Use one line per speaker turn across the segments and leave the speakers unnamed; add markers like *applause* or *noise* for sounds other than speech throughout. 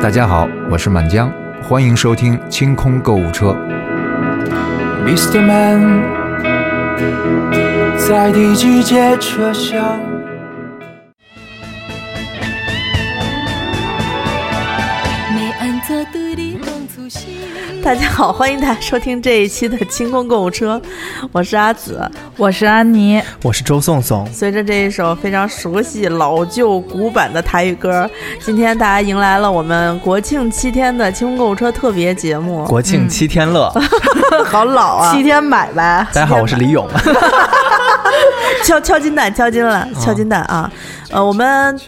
大家好，我是满江，欢迎收听清空购物车。
Mr. Man，在第几节车厢？
大家好，欢迎大家收听这一期的清空购物车，我是阿紫。
我是安妮，
我是周颂颂，
随着这一首非常熟悉、老旧、古板的台语歌，今天大家迎来了我们国庆七天的清空购物车特别节目，
国庆七天乐。
好老啊！
七天买呗。
大家好，我是李勇。 *laughs*
敲敲金蛋，敲金蛋，敲金蛋啊！呃，我们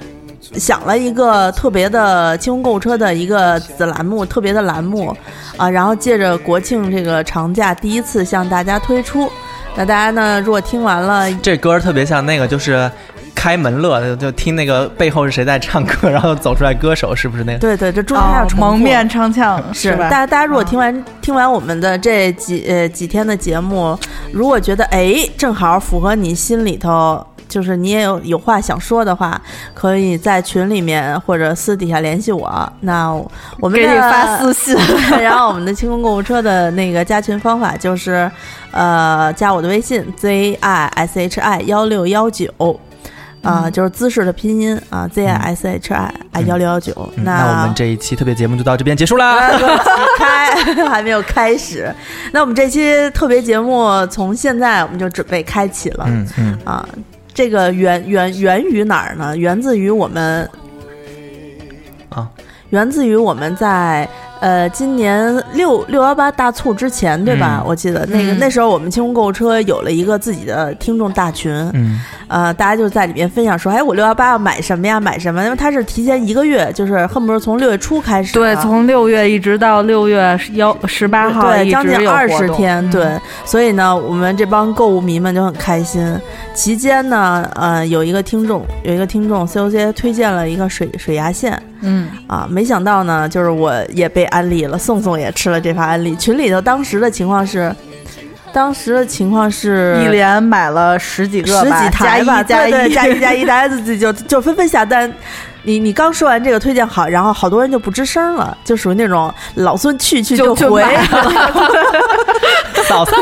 想了一个特别的清空购物车的一个子栏目，特别的栏目啊，然后借着国庆这个长假第一次向大家推出。那大家呢，如果听完了，
这歌儿特别像那个，就是开门乐，就就听那个背后是谁在唱歌，然后走出来歌手是不是那个？
对对，这中间还有重复
哦蒙面唱腔
是，
吧？
大家大家如果听完、听完我们的这几呃几天的节目，如果觉得哎正好符合你心里头，就是你也有有话想说的话，可以在群里面或者私底下联系我。那我们
给你
的
发私信
*laughs* 然后我们的清空购物车的那个加群方法就是，呃，加我的微信 z i s h i 幺六幺九。啊、就是姿势的拼音啊，z i s h i 啊幺六幺九。
嗯那我们这一期特别节目就到这边结
*laughs*
束
嗯
嗯
啊
*laughs*
啦。
开还没有开始。那我们这期特别节目从现在我们就准备开启了、
嗯嗯，
啊。这个源源源于哪儿呢？源自于我们
啊，
源自于我们在呃今年六六幺八大促之前，对吧？
嗯
我记得那个、
嗯
那时候我们清空购物车有了一个自己的听众大群，
嗯，
呃，大家就在里面分享说，哎，我六幺八要买什么呀？买什么？因为它是提前一个月，就是恨不得从六月初开始啊的，
*laughs* 对，从六月一直到六月幺十八号，
对，啊将近二十天，
嗯
对，所以呢，我们这帮购物迷们就很开心。期间呢，呃，有一个听众，有一个听众 COC 推荐了一个水水牙线
嗯，
啊，没想到呢，就是我也被安利了，宋宋也吃了这盘安利。群里头当时的情况是，当时的情况是
一连买了嗯十几个
十
吧，
几台吧，
加一
对对加
加
一加一，大家自己就就纷纷下单。你你刚说完这个推荐好，然后好多人就不吱声了，就属于那种老孙去去
*laughs* 就就
回。
买
*laughs*
*laughs*
嫂嫂，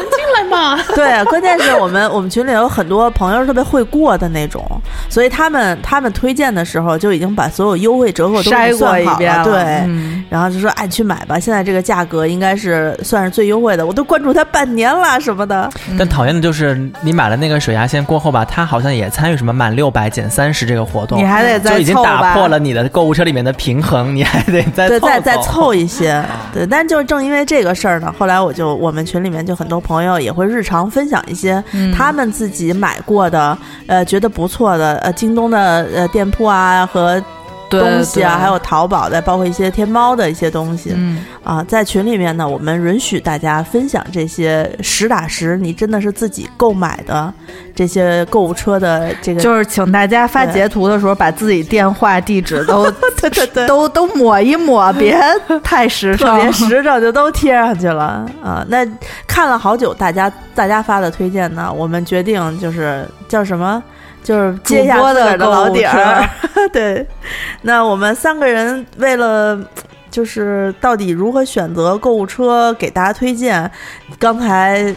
*laughs*
对，关键是我们我们群里有很多朋友是特别会过的那种，所以他们他们推荐的时候就已经把所有优惠折扣都给你
筛过
算
一
好
遍
对。
嗯
然后就说：“哎，去买吧！现在这个价格应该是算是最优惠的，我都关注它半年了什么的。
但讨厌的就是你买了那个水牙线过后吧，它好像也参与什么满六百减三十这个活动，
你还得再
就已经
凑
打
吧
破了你的购物车里面的平衡，你还得再
对，再
再
再凑一些。
啊
对，但就是正因为这个事儿呢，后来我就我们群里面就很多朋友也会日常分享一些
嗯
他们自己买过的，呃，觉得不错的，呃，京东的呃店铺啊和
对
东西啊，
对
还有淘宝的，包括一些天猫的一些东西、
嗯，
啊，在群里面呢，我们允许大家分享这些实打实，你真的是自己购买的这些购物车的这个，
就是请大家发截图的时候，把自己电话、地址都
*laughs* 对对 *laughs*
*laughs*
对，
都都抹一抹，别太时
特
尚，
别实诚，就都贴上去了啊。那看了好久，大家大家发的推荐呢，我们决定就是叫什么？就是
主
接下
播
自个
的
儿的
购
老
物
底儿
车，
*laughs* 对，那我们三个人为了就是到底如何选择购物车给大家推荐，刚才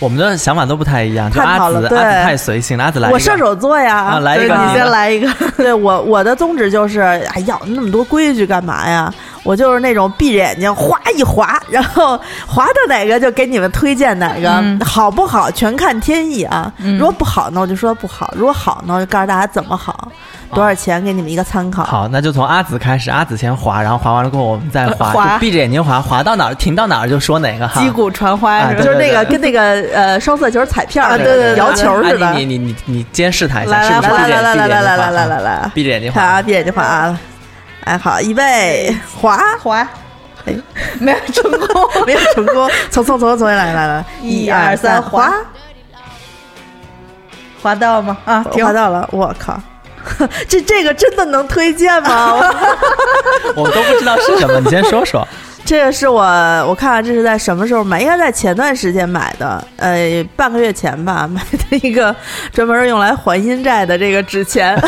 我们的想法都不太一样，就
探讨
阿紫，
了
阿紫
对
太随性了，阿紫来一个，
我射手座呀，
啊来一
对
个，
你先来一个，
对我我的宗旨就是，哎呀，那么多规矩干嘛呀？我就是那种闭着眼睛哗一划，然后划到哪个就给你们推荐哪个，
嗯
好不好全看天意啊。
嗯
如果不好呢，我就说不好；如果好呢，我就告诉大家怎么好，多少钱给你们一个参考。
好，那就从阿紫开始，阿紫先滑，然后滑完了过后我们再滑，
滑
就闭着眼睛滑，滑到哪儿停到哪儿就说哪个哈。
击鼓传花
啊
是吧
就？是那
对
个
对对
跟那个呃双色球彩票
啊
那
对
个
对对
摇球似的
哎。你你你你你监视他一下，
来
是
来
不是
来
闭
来
着眼
来
闭着
来
眼睛
来来
滑？
来来来
啊
来，
闭着眼睛
看啊，
滑。
闭眼睛滑啊！哎，好，预备，滑。
滑，
哎
*laughs* 没有成功。
*laughs* 没有成功，从从从从来来来，
一二三
滑
滑滑到吗？啊，挺
滑到了，我靠！ *laughs* 这这个真的能推荐吗？ *laughs*
我都不知道是什么，你先说说。
这个是我我看啊看这是在什么时候买，应该在前段时间买的，呃，半个月前吧， *laughs* 买的一个专
*laughs*
呃门用来还阴债的这个纸钱。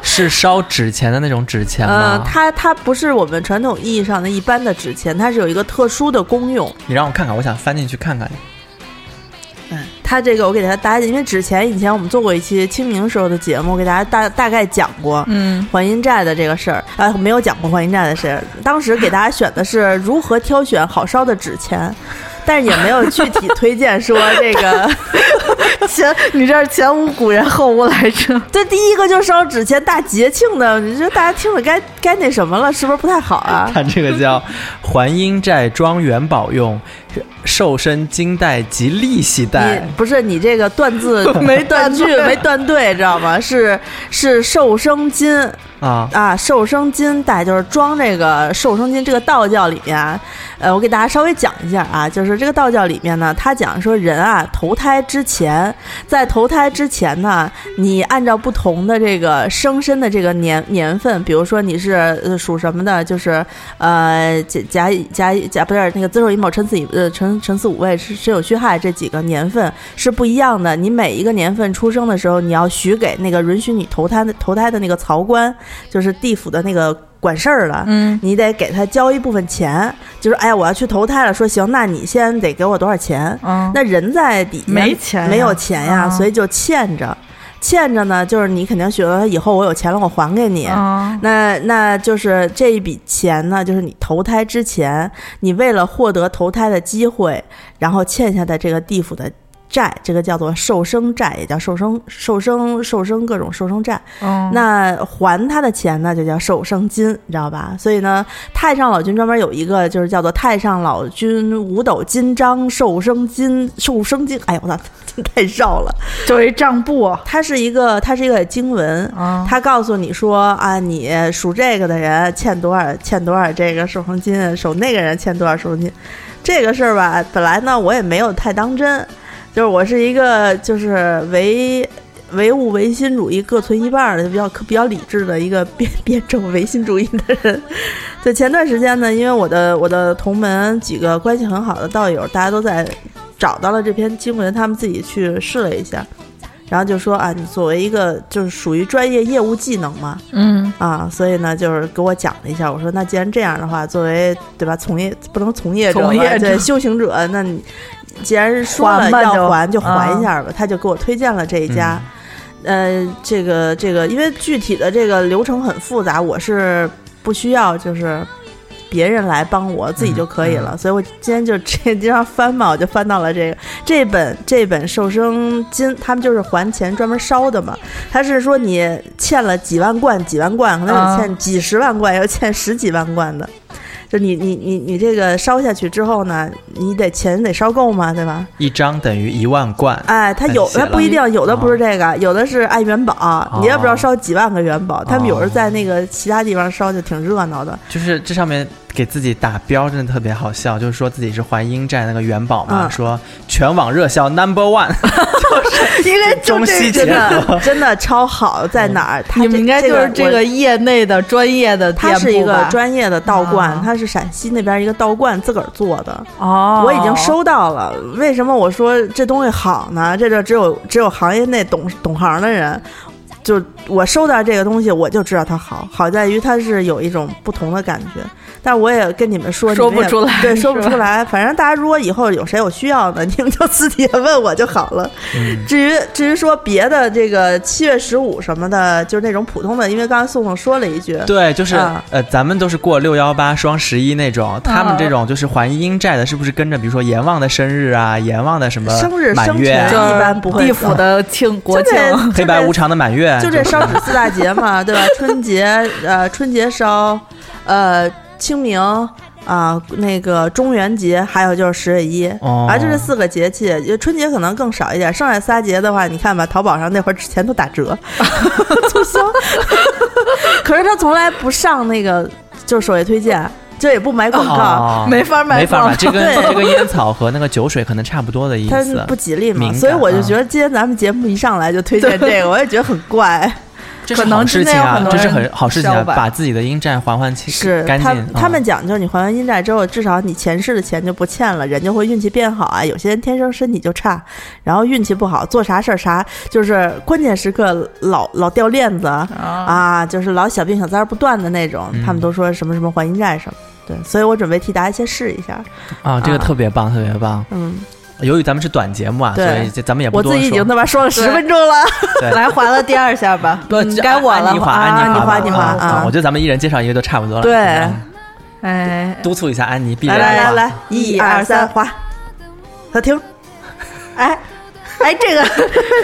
是烧纸钱的那种纸钱
呃，
吗？
它它不是我们传统意义上的一般的纸钱，它是有一个特殊的功用。
你让我看看，我想翻进去看看。
嗯，它这个我给大家大家，因为纸钱以前我们做过一期清明时候的节目，我给大家大大概讲过，
嗯，
还阴债的这个事儿，啊，没有讲过还阴债的事儿。当时给大家选的是如何挑选好烧的
*laughs*
纸钱，但是也没有具体推荐说这个。
前你这是前无古人后无来者，
这第一个就烧纸钱，大节庆的，你说大家听着该该那什么了，是不是不太好啊？
它这个叫“还阴债庄元宝用，瘦身金带及利息带
你不是你这个
*laughs*
断字没断句没断对，知道吗？是是寿生金”
啊，
啊，寿生金带就是装这个寿生金。这个道教里面啊，呃，我给大家稍微讲一下啊，就是这个道教里面呢，它讲说人啊投胎之前，在投胎之前呢，你按照不同的这个生身的这个年年份，比如说你是呃属什么的，就是呃甲甲乙甲乙甲不是那个子丑寅卯辰巳寅呃辰辰巳午未申申酉戌亥这几个年份是不一样的。你每一个年份出生的时候，你要许给那个允许你投胎的投胎的那个曹官，就是地府的那个管事儿的，
嗯，
你得给他交一部分钱，就是哎呀我要去投胎了，说行，那你先得给我多少钱？
嗯
那人在底下
没钱呀
没有钱呀，
啊
所以就欠着，欠着呢，就是你肯定觉得以后我有钱了，我还给你。
啊，
那那就是这一笔钱呢，就是你投胎之前，你为了获得投胎的机会，然后欠下的这个地府的债，这个叫做寿生债，也叫寿生寿生寿生各种寿生债。
嗯
那还他的钱呢，就叫寿生金，你知道吧？所以呢，太上老君专门有一个，就是叫做太上老君五斗金章寿生金寿生金。哎呦我操， *laughs* 太绕了！
就是一账簿，
它是一个，它是一个经文，
啊，
他告诉你说啊，你属这个的人欠多少欠多少这个手生金，属那个人欠多少手生金，这个事儿吧，本来呢我也没有太当真，就是我是一个就是唯唯物唯心主义各存一半儿的比较比较理智的一个 *laughs* 辩辩证唯心主义的人。对，前段时间呢，因为我的我的同门几个关系很好的道友，大家都在找到了这篇经文，他们自己去试了一下。然后就说啊，你作为一个就是属于专业业务技能嘛，
嗯，
啊，所以呢就是给我讲了一下。我说那既然这样的话，作为对吧，从业不能从业者吧，
从业者
对修行者，那你既然说了
还吧
要
就啊
还就还一下吧。他就给我推荐了这一家，
嗯
呃，这个这个，因为具体的这个流程很复杂，我是不需要就是。别人来帮我，自己
嗯
就可以了。所以我今天就这经常翻嘛，我就翻到了这个这本这本寿生金，他们就是还钱专门烧的嘛。他是说你欠了几万贯、几万贯，可能
啊
有欠几十万贯，有欠十几万贯的。就你你你你这个烧下去之后呢，你得钱得烧够嘛，对吧？
一张等于一万贯。
哎，他有
写
他
了啊
不一定，有的不是这个，有的是按元宝，你也不知道烧几万个元宝。他们有时候在那个其他地方烧就挺热闹
*laughs*
的。
就是这上面给自己打标真的特别好笑，就是说自己是还阴债那个元宝嘛，
嗯
说全网热销 number one，
因为
就中西
真
结
的真的超好，在哪儿？他
嗯你们应该就是这
我
个业内的专业的店
他
铺吧，
是一个专业的道观
啊，
他是陕西那边一个道观自个儿做的。
哦，
我已经收到了。为什么我说这东西好呢？这就只有只有行业内懂懂行的人，就我收到这个东西，我就知道它好。好在于它是有一种不同的感觉，但我也跟你们说，
说
你们也
不出来
对，
是
说不
吧
出来。反正大家如果以后有谁有需要的， *laughs* 你们就私底下问我就好了。至于至于说别的这个七月十五什么的，就是那种普通的，因为刚才宋宋说了一句，
对，就是、
啊
呃，咱们都是过六幺八、双十一那种，他们这种就是还阴债的，是不是跟着比如说阎王的生日啊、阎王的什么
生日
满月啊、
生
就
辰
是
一般不会
地府的庆国
就
庆，
这
黑白无常的满月，啊
就这烧纸四大节嘛，
*laughs*
对吧？春节，呃，春节烧，呃，清明啊、那个中元节，还有就是十月一。
哦
啊，就这四个节气，也春节可能更少一点，剩下仨节的话，你看吧，淘宝上那会儿之前都打
*laughs*
折，促销。 *laughs* 可是他从来不上那个，就是首页推荐，就也不买广告，
哦
没法买
没法买，
房，
这跟
对
这跟烟草和那个酒水可能差不多的意
他
思
不。吉利嘛，
敏感啊
所以我就觉得今天咱们节目一上来就推荐这个，我也觉得很怪。
这
可
是
能
好事
真的
情
有很
啊，
多
这是
人
很好事情
消
啊，
吧
把自己的阴债还还清
是
干
他
净。
他们
嗯
讲究，你还完阴债之后，至少你前世的钱就不欠了，人就会运气变好啊。有些人天生身体就差，然后运气不好，做啥事儿啥就是关键时刻老老掉链子啊
啊，
啊，就是老小病小灾儿不断的那种。他
嗯
们都说什么什么还阴债什么，对，所以我准备替大家先试一下。
啊，这个
啊
特别棒，特别棒。
嗯，
由于咱们是短节目啊，所
对
以这咱们也不
我
多
自己已经
说。
他妈说了十分钟了， *laughs*
来还了第二下吧，
不
嗯
这
该我
安
了
妮华，
啊
安妮
安妮华
华吧，
安妮华
啊
啊
我觉得咱们一人介绍一个就差不多了。
对
嗯
哎，
督促一下安妮，啊必
来
然
来来
要
来，一二三，划，他听，哎。哎，这个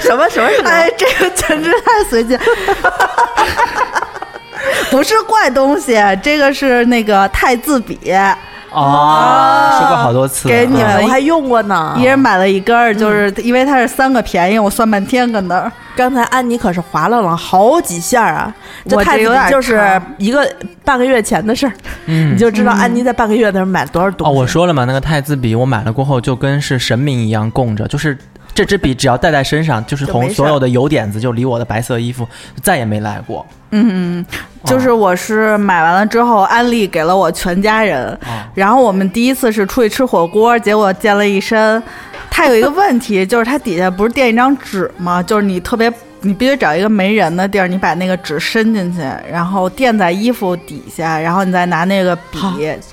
什么啊什么什么？ *laughs*
哎，这个简直太随机。 *laughs* 不是怪东西，这个是那个太字笔，
哦，说过好多次了，
给你
嗯
们
我还用过呢。
一人买了一根儿，就是因为它是三个便宜，我算半天搁那儿。
刚才安妮可是划拉了好几下啊，这
我这
太子
有点
就是
长
一个半个月前的事儿，
嗯
你就知道安妮在半个月的时候买了多少东
哦，
西。
我说了嘛，那个太字笔我买了过后就跟是神明一样供着，就是这支笔只要带在身上，就是
就没事儿
从所有的油点子就离我的白色衣服再也没来过。
嗯，就是我是买完了之后，安利给了我全家人。然后我们第一次是出去吃火锅，结果溅了一身。它有一个问题，就是它底下不是垫一张纸吗？就是你特别，你必须找一个没人的地儿，你把那个纸伸进去，然后垫在衣服底下，然后你再拿那个笔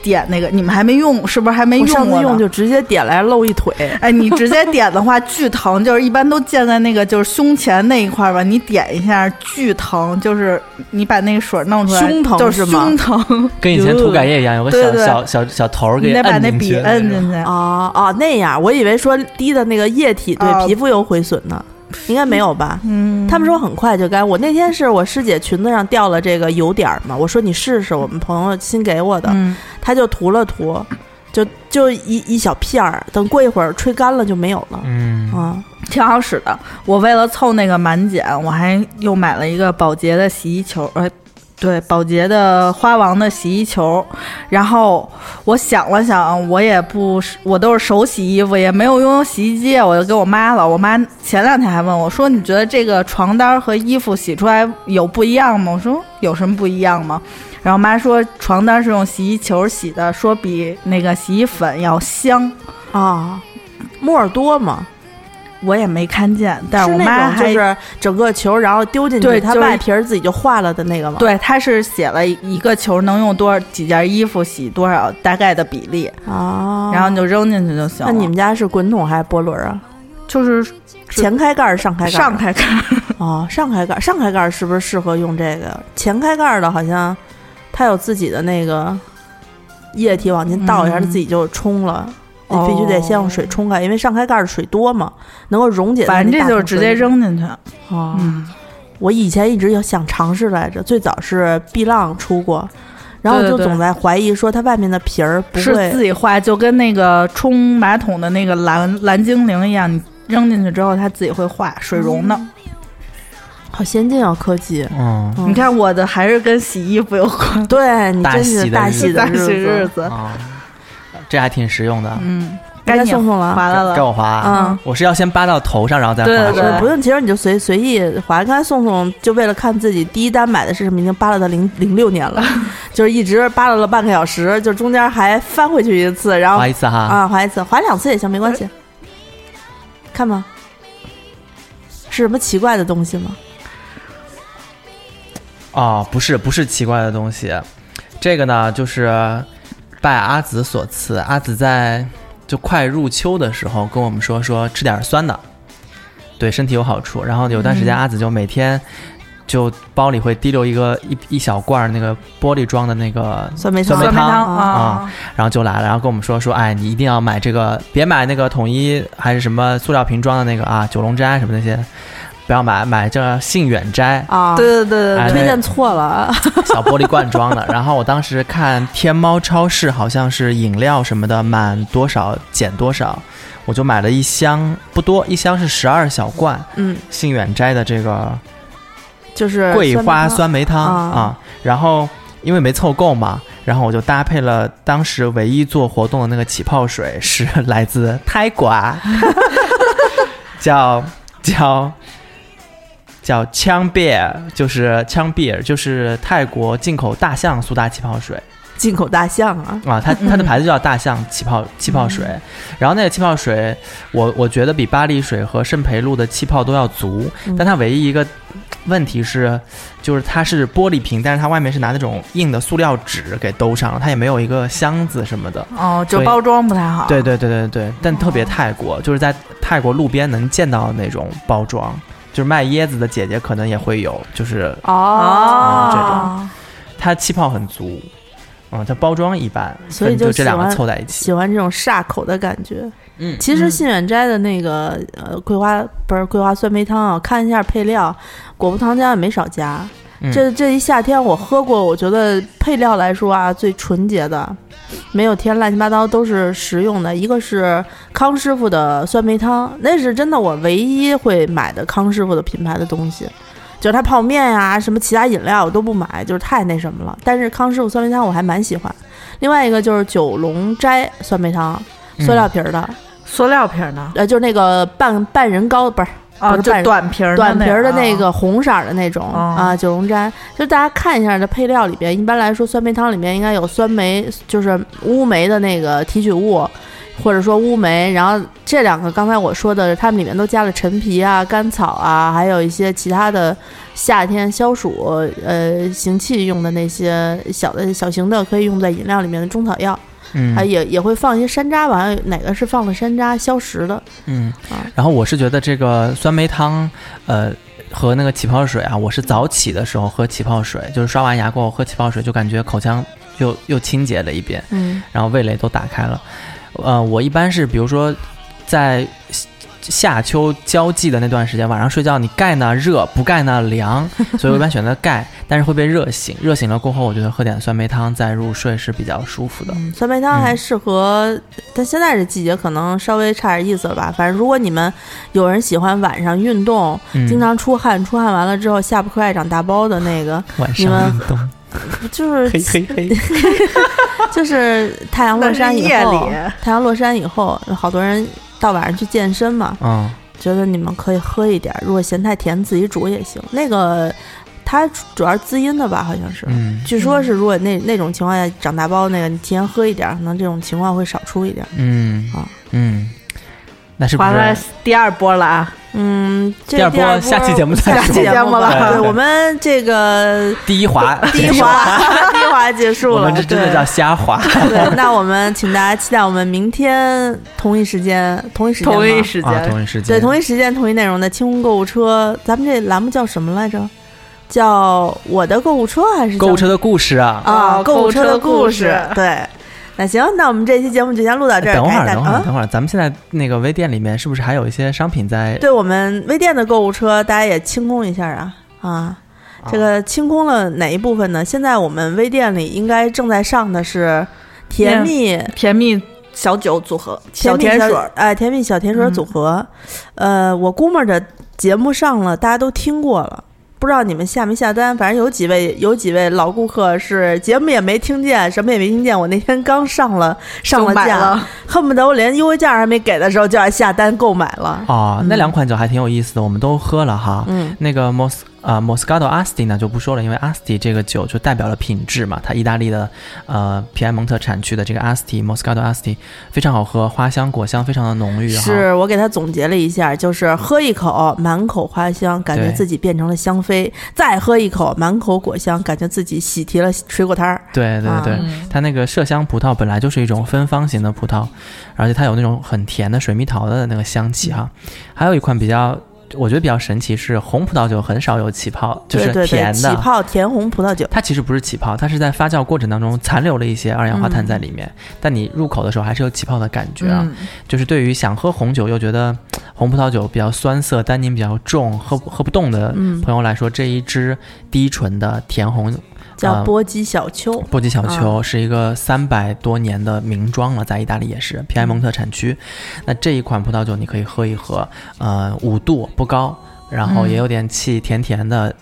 点那个。你们还没用，是不是还没
我
用
上次
过呢？
哎用就直接点来露一腿，
*laughs* 哎，你直接点的话巨疼，就是一般都溅在那个就是胸前那一块儿吧，你点一下巨疼，就是你把那个水弄出来，
胸疼
就是是
吗
胸疼，
跟以前涂改液一样，有个小
对对
小小小头儿给
你得把
摁
那
进去
笔
的
摁
那种
进去。
哦哦那样，我以为说滴的那个液体
哦
对皮肤有毁损呢，应该没有吧？
嗯，
他们说很快就干。我那天是我师姐裙子上掉了这个油点儿嘛，我说你试试，我们朋友新给我的，
嗯，
她就涂了涂，就就一一小片儿，等过一会儿吹干了就没有了。
嗯，
啊，
挺好使的。我为了凑那个满减，我还又买了一个宝洁的洗衣球，呃，对，宝洁的花王的洗衣球。然后我想了想，我也不是，我都是手洗衣服，也没有拥有洗衣机，啊我就给我妈了。我妈前两天还问我说：“你觉得这个床单和衣服洗出来有不一样吗？”我说：“有什么不一样吗？”然后我妈说：“床单是用洗衣球洗的，说比那个洗衣粉要香。”
啊，沫儿多嘛，
我也没看见，但
是
我妈
那种
还
就是整个球，然后丢进去，
对
它
就是
外皮儿自己就化了的那个嘛。，
对，他是写了一个球能用多少几件衣服洗多少大概的比例，
啊，
然后你就扔进去就行了。
那你们家是滚筒还是波轮啊？
就是
前开盖儿、上开盖儿？啊
上开盖儿，
哦，上开盖儿，上开盖儿是不是适合用这个？前开盖儿的好像它有自己的那个液体往进倒一下，
嗯
它自己就冲了。你
哦
必须得先用水冲开，因为上开盖儿的水多嘛，能够溶解在
反
那
正
大
这
桶水里。
就是直接扔进去。
哦。
嗯，
我以前一直有想尝试来着，最早是碧浪出过，然后我
对
就
对对
总在怀疑说它外面的皮儿不
是
会
自己画，就跟那个冲马桶的那个蓝蓝精灵一样，你扔进去之后它自己会画水溶的。
嗯好先进啊，科技。
嗯
嗯
你看我的还是跟洗衣服有关，
对你
大
真
喜
是
的
大
日
喜
子
的
嗯大洗
日
日
子，
子。
啊，这还挺实用的。
嗯，
该
该你
送送了。
划拉
该
了，
我划啊，
嗯，
我是要先扒到头上，然后再划。
对对
是吧
不用，其实你就随随意划。刚才宋宋就为了看自己第一单买的是什么，已经扒拉到零零
*laughs*
六年了，就是一直扒拉了半个小时，就中间还翻回去一次，然后
划一次哈。
啊划一次，划两次也行，没关系。看吧，是什么奇怪的东西吗？
哦，不是，不是奇怪的东西，这个呢，就是拜阿紫所赐。阿紫在就快入秋的时候跟我们说，说吃点酸的，对身体有好处。然后有段时间，
嗯
阿紫就每天就包里会提溜一个一一小罐儿那个玻璃装的那个
酸梅
酸
汤，
梅
酸梅汤
啊
啊
啊，
然后就来了，然后跟我们说说，哎，你一定要买这个，别买那个统一还是什么塑料瓶装的那个啊，九龙斋什么那些，不要买，买这杏远斋
啊，
对对对对
哎
对，
推荐错了 *laughs* 啊。
小玻璃罐装的。然后我当时看天猫超市好像是饮料什么的满多少减多少，我就买了一箱，不多，一箱是十二小罐
嗯，
杏远斋的这个
就是
桂
梅
花
汤
酸梅汤
啊
啊，然后因为没凑够嘛，然后我就搭配了当时唯一做活动的那个起泡水，是来 *laughs* 自泰国，叫叫叫枪毙，就是枪毙，就是泰国进口大象苏打气泡水
进口大象啊，
啊，它它的牌子就叫大象气泡气泡水。
嗯
然后那个气泡水，我我觉得比巴黎水和圣培露的气泡都要足，
嗯
但它唯一一个问题是，就是它是玻璃瓶，但是它外面是拿那种硬的塑料纸给兜上了，它也没有一个箱子什么的。
哦，就
所以
包装不太
啊
好。
对，对对对
哦
对，但特别泰国，就是在泰国路边能见到的那种包装，就是卖椰子的姐姐可能也会有，就是
哦
嗯这种它气泡很足，嗯，它包装一般，
所以
就
就
这两
喜
个
欢
凑在一起，
喜欢这种煞口的感觉。
嗯
其实信远斋的那个呃桂花不是桂花酸梅汤啊，看一下配料，果葡糖浆也没少加。
嗯
这这一夏天我喝过，我觉得配料来说啊，最纯洁的，没有添乱七八糟，都是实用的。一个是康师傅的酸梅汤，那是真的我唯一会买的康师傅的品牌的东西。就是它泡面呀、什么其他饮料我都不买，就是太那什么了。但是康师傅酸梅汤我还蛮喜欢。另外一个就是九龙斋酸梅汤，
嗯
塑料瓶儿的，
塑料瓶呢？
呃，就是那个半半人高，不是
啊，
不是
就
半人
短瓶儿的
短瓶儿的那
个啊
个红色儿的那种、
哦
啊，九龙斋，就是大家看一下这配料里边，一般来说酸梅汤里面应该有酸梅，就是乌梅的那个提取物，或者说乌梅，然后这两个刚才我说的，它们里面都加了陈皮啊、甘草啊，还有一些其他的夏天消暑呃行气用的那些小的小型的可以用在饮料里面的中草药，啊
嗯
也也会放一些山楂吧，好像有哪个是放了山楂消食的，
嗯
啊。
然后我是觉得这个酸梅汤，呃。和那个起泡水啊，我是早起的时候喝起泡水，就是刷完牙过后喝起泡水，就感觉口腔又又清洁了一遍。
嗯
然后味蕾都打开了。呃，我一般是比如说在夏夏秋交际的那段时间，晚上睡觉你盖呢热，不盖呢
*laughs*
凉，所以我一般选择盖，但是会被热醒。热醒了过后，我觉得喝点酸梅汤再入睡是比较舒服的。
嗯，酸梅汤还适合，但现在这季节可能稍微差点意思了吧。反正如果你们有人喜欢晚上运动，
嗯，
经常出汗，出汗完了之后下巴快长大包的那个，
晚
你
上
们
运动，
就是
嘿 *laughs* 嘿嘿，
*laughs* 就是太阳落山以
那是
后
夜里，
太阳落山以后，好多人到晚上去健身嘛，
嗯
觉得你们可以喝一点儿，如果嫌太甜自己煮也行。那个它主要是滋阴的吧，好像是。
嗯
据说是，如果那那种情况下长大包那个，你提前喝一点儿，可能这种情况会少出一点儿。
嗯
啊
嗯，那是不
完了
是？
第二波了啊！
嗯，这
第二波
第二
下期节目再
*laughs* 下期
说
节目了。
对对
对
对
我们这个
*laughs* *laughs* 第一滑，
第一滑，第一滑结束
我
了。
们这真的
对
叫
*laughs*
瞎滑。
对。那我们请大家期待我们明天同一时间，同一时间吗，
同一时
啊，
间，
同一时间，
对，同一时间同一内容的清空购物车。咱们这栏目叫什么来着？叫我的购物车还是叫
购物车的故事啊。
啊？
哦
购物车的故
购物
事
车的故事。
对，那行，那我们这期节目就先录到这儿。
等会
感谢大
儿，等会儿，
啊
等会儿，咱们现在那个微店里面是不是还有一些商品在
对我们微店的购物车，大家也清空一下啊啊！这个清空了哪一部分呢？现在我们微店里应该正在上的是甜蜜、
甜蜜小酒组合，
甜
嗯小
蜜
甜水儿，嗯
哎，甜蜜小甜水组合。呃，我估摸着节目上了，大家都听过了。不知道你们下没下单，反正有几位有几位老顾客是节目也没听见，什么也没听见。我那天刚上了上
就
了
买
架，
了
恨不得我连优惠价还没给的时候就要下单购买了。
哦，那两款酒还挺有意思的，我们都喝了哈。
嗯，
那个 Mos 啊 Moscato Asti 呢就不说了，因为 Asti 这个酒就代表了品质嘛，它意大利的呃皮埃蒙特产区的这个 Asti Moscato Asti 非常好喝，花香果香非常的浓郁哈。
是我给他总结了一下，就是喝一口满口花香，感觉
对
自己变成了香妃；再喝一口满口果香，感觉自己喜提了水果摊儿。
对
啊
对对，它那个麝香葡萄本来就是一种芬芳型的葡萄，而且它有那种很甜的水蜜桃的那个香气哈。
嗯
还有一款比较，我觉得比较神奇是红葡萄酒很少有起泡，就是
对对
甜
对，
的。
起泡甜红葡萄酒。
它其实不是起泡，它是在发酵过程当中残留了一些二氧化碳在里面，
嗯
但你入口的时候还是有起泡的感觉啊。
嗯，
就是对于想喝红酒又觉得嘖红葡萄酒比较酸涩、单宁比较重、喝喝不动的
嗯
朋友来说，这一支低醇的甜红
叫
啊
波姬小丘。
波吉小丘是一个三百多年的名庄了，在意大利也是皮埃蒙特产区。那这一款葡萄酒你可以喝一喝，呃，五度不高，然后
嗯
也有点气，甜甜的。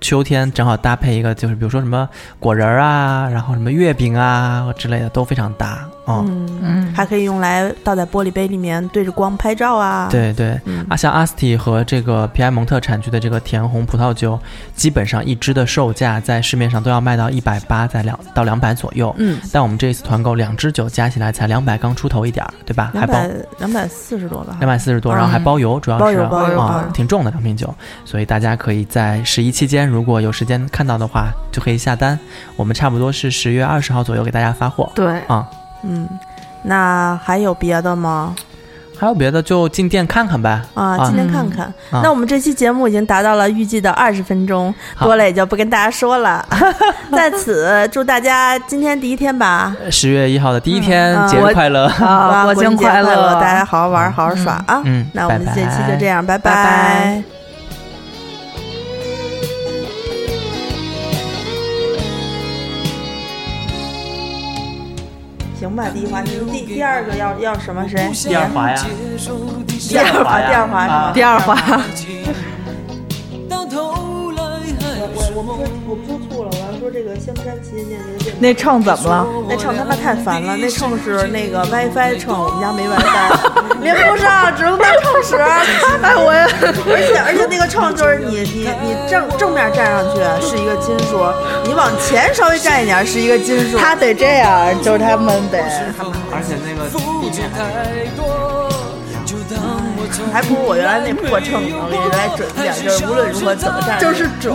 秋天正好搭配一个，就是比如说什么果仁儿啊，然后什么月饼啊之类的都非常搭。嗯，
嗯，
嗯，
还可以用来倒在玻璃杯里面对着光拍照啊。，
对对，
嗯
啊，像阿斯提和这个皮埃蒙特产区的这个甜红葡萄酒，基本上一支的售价在市面上都要卖到一百八，在两到两百左右。
嗯，
但我们这一次团购两支酒加起来才两百刚出头一点儿，对吧？
两
还包
百两百四十多吧，
两百四十多，然后还包邮，主要
包
是
邮包
邮包
啊
邮，
挺重的两瓶酒，所以大家可以在十一期间，如果有时间看到的话，就可以下单。我们差不多是十月二十号左右给大家发货。
对， *laughs*
啊、
嗯，那还有别的吗？
还有别的就进店看看呗。
啊，
啊
今天看看。
啊
那我们这期节目已经达到了预计的二十分钟，
好
多了也就不跟大家说了。在此祝大家今天第一天吧，
十月一号的第一天，
嗯
节
我
日快乐！
啊，
国
国庆
快
快乐，
大家好好玩，好好耍啊！
嗯
那我们这期就
拜
这样，拜
拜
拜行吧，第一滑，你第第二个要要什么？谁？
第二滑呀，
第二滑，第二滑是吗？
第二话。
到头来还
我我不是我不说错了，我要说这个香山旗舰店这个店。
那秤怎么了？
那秤他妈太烦了，那秤是那个 WiFi 秤，我们家没 WiFi，连不上，只能当秤使。哎，我也，而且而且那个秤就是你你你正正面站上去是一个金属，你往前稍微站一点是一个金属。
*laughs* 他得这样，就是他们 *laughs* 得。
而且那个
付出太多，就当我从
还不如我原来那破秤呢，我原来准一点，就是无论如何怎么站
就是准，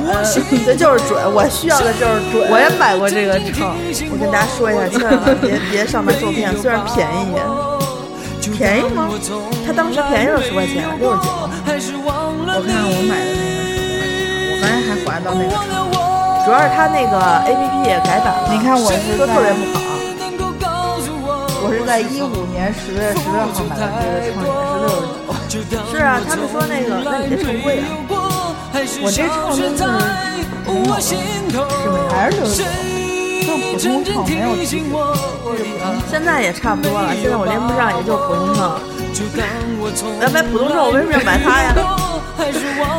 这就是准，我需要的就是准。
我也买过这个秤，
我跟大家说一下，千万别别上当受骗，虽然便宜一点。便宜吗？它当时便宜了十块钱，六十九。
还是忘了
我看我买的那个，我发现还划到那个秤。
主要是它那个 A P P 也改版了，
你看我是
说特别不好。
能够告诉
啊
我，
我是在一五年十月十六号买的这个秤，也是六十九。
就当
是啊，他们说那个，那你这更贵啊。
有过，还是
我这
消
秤
失
真的
在我心头。
还是六十九，就
谁
普
真
通
正
秤没有
提醒我，
现在也差不多了，现在我连不上，也就普通秤。
就当我从
要买普通秤，我为什么要买它呀？
还是忘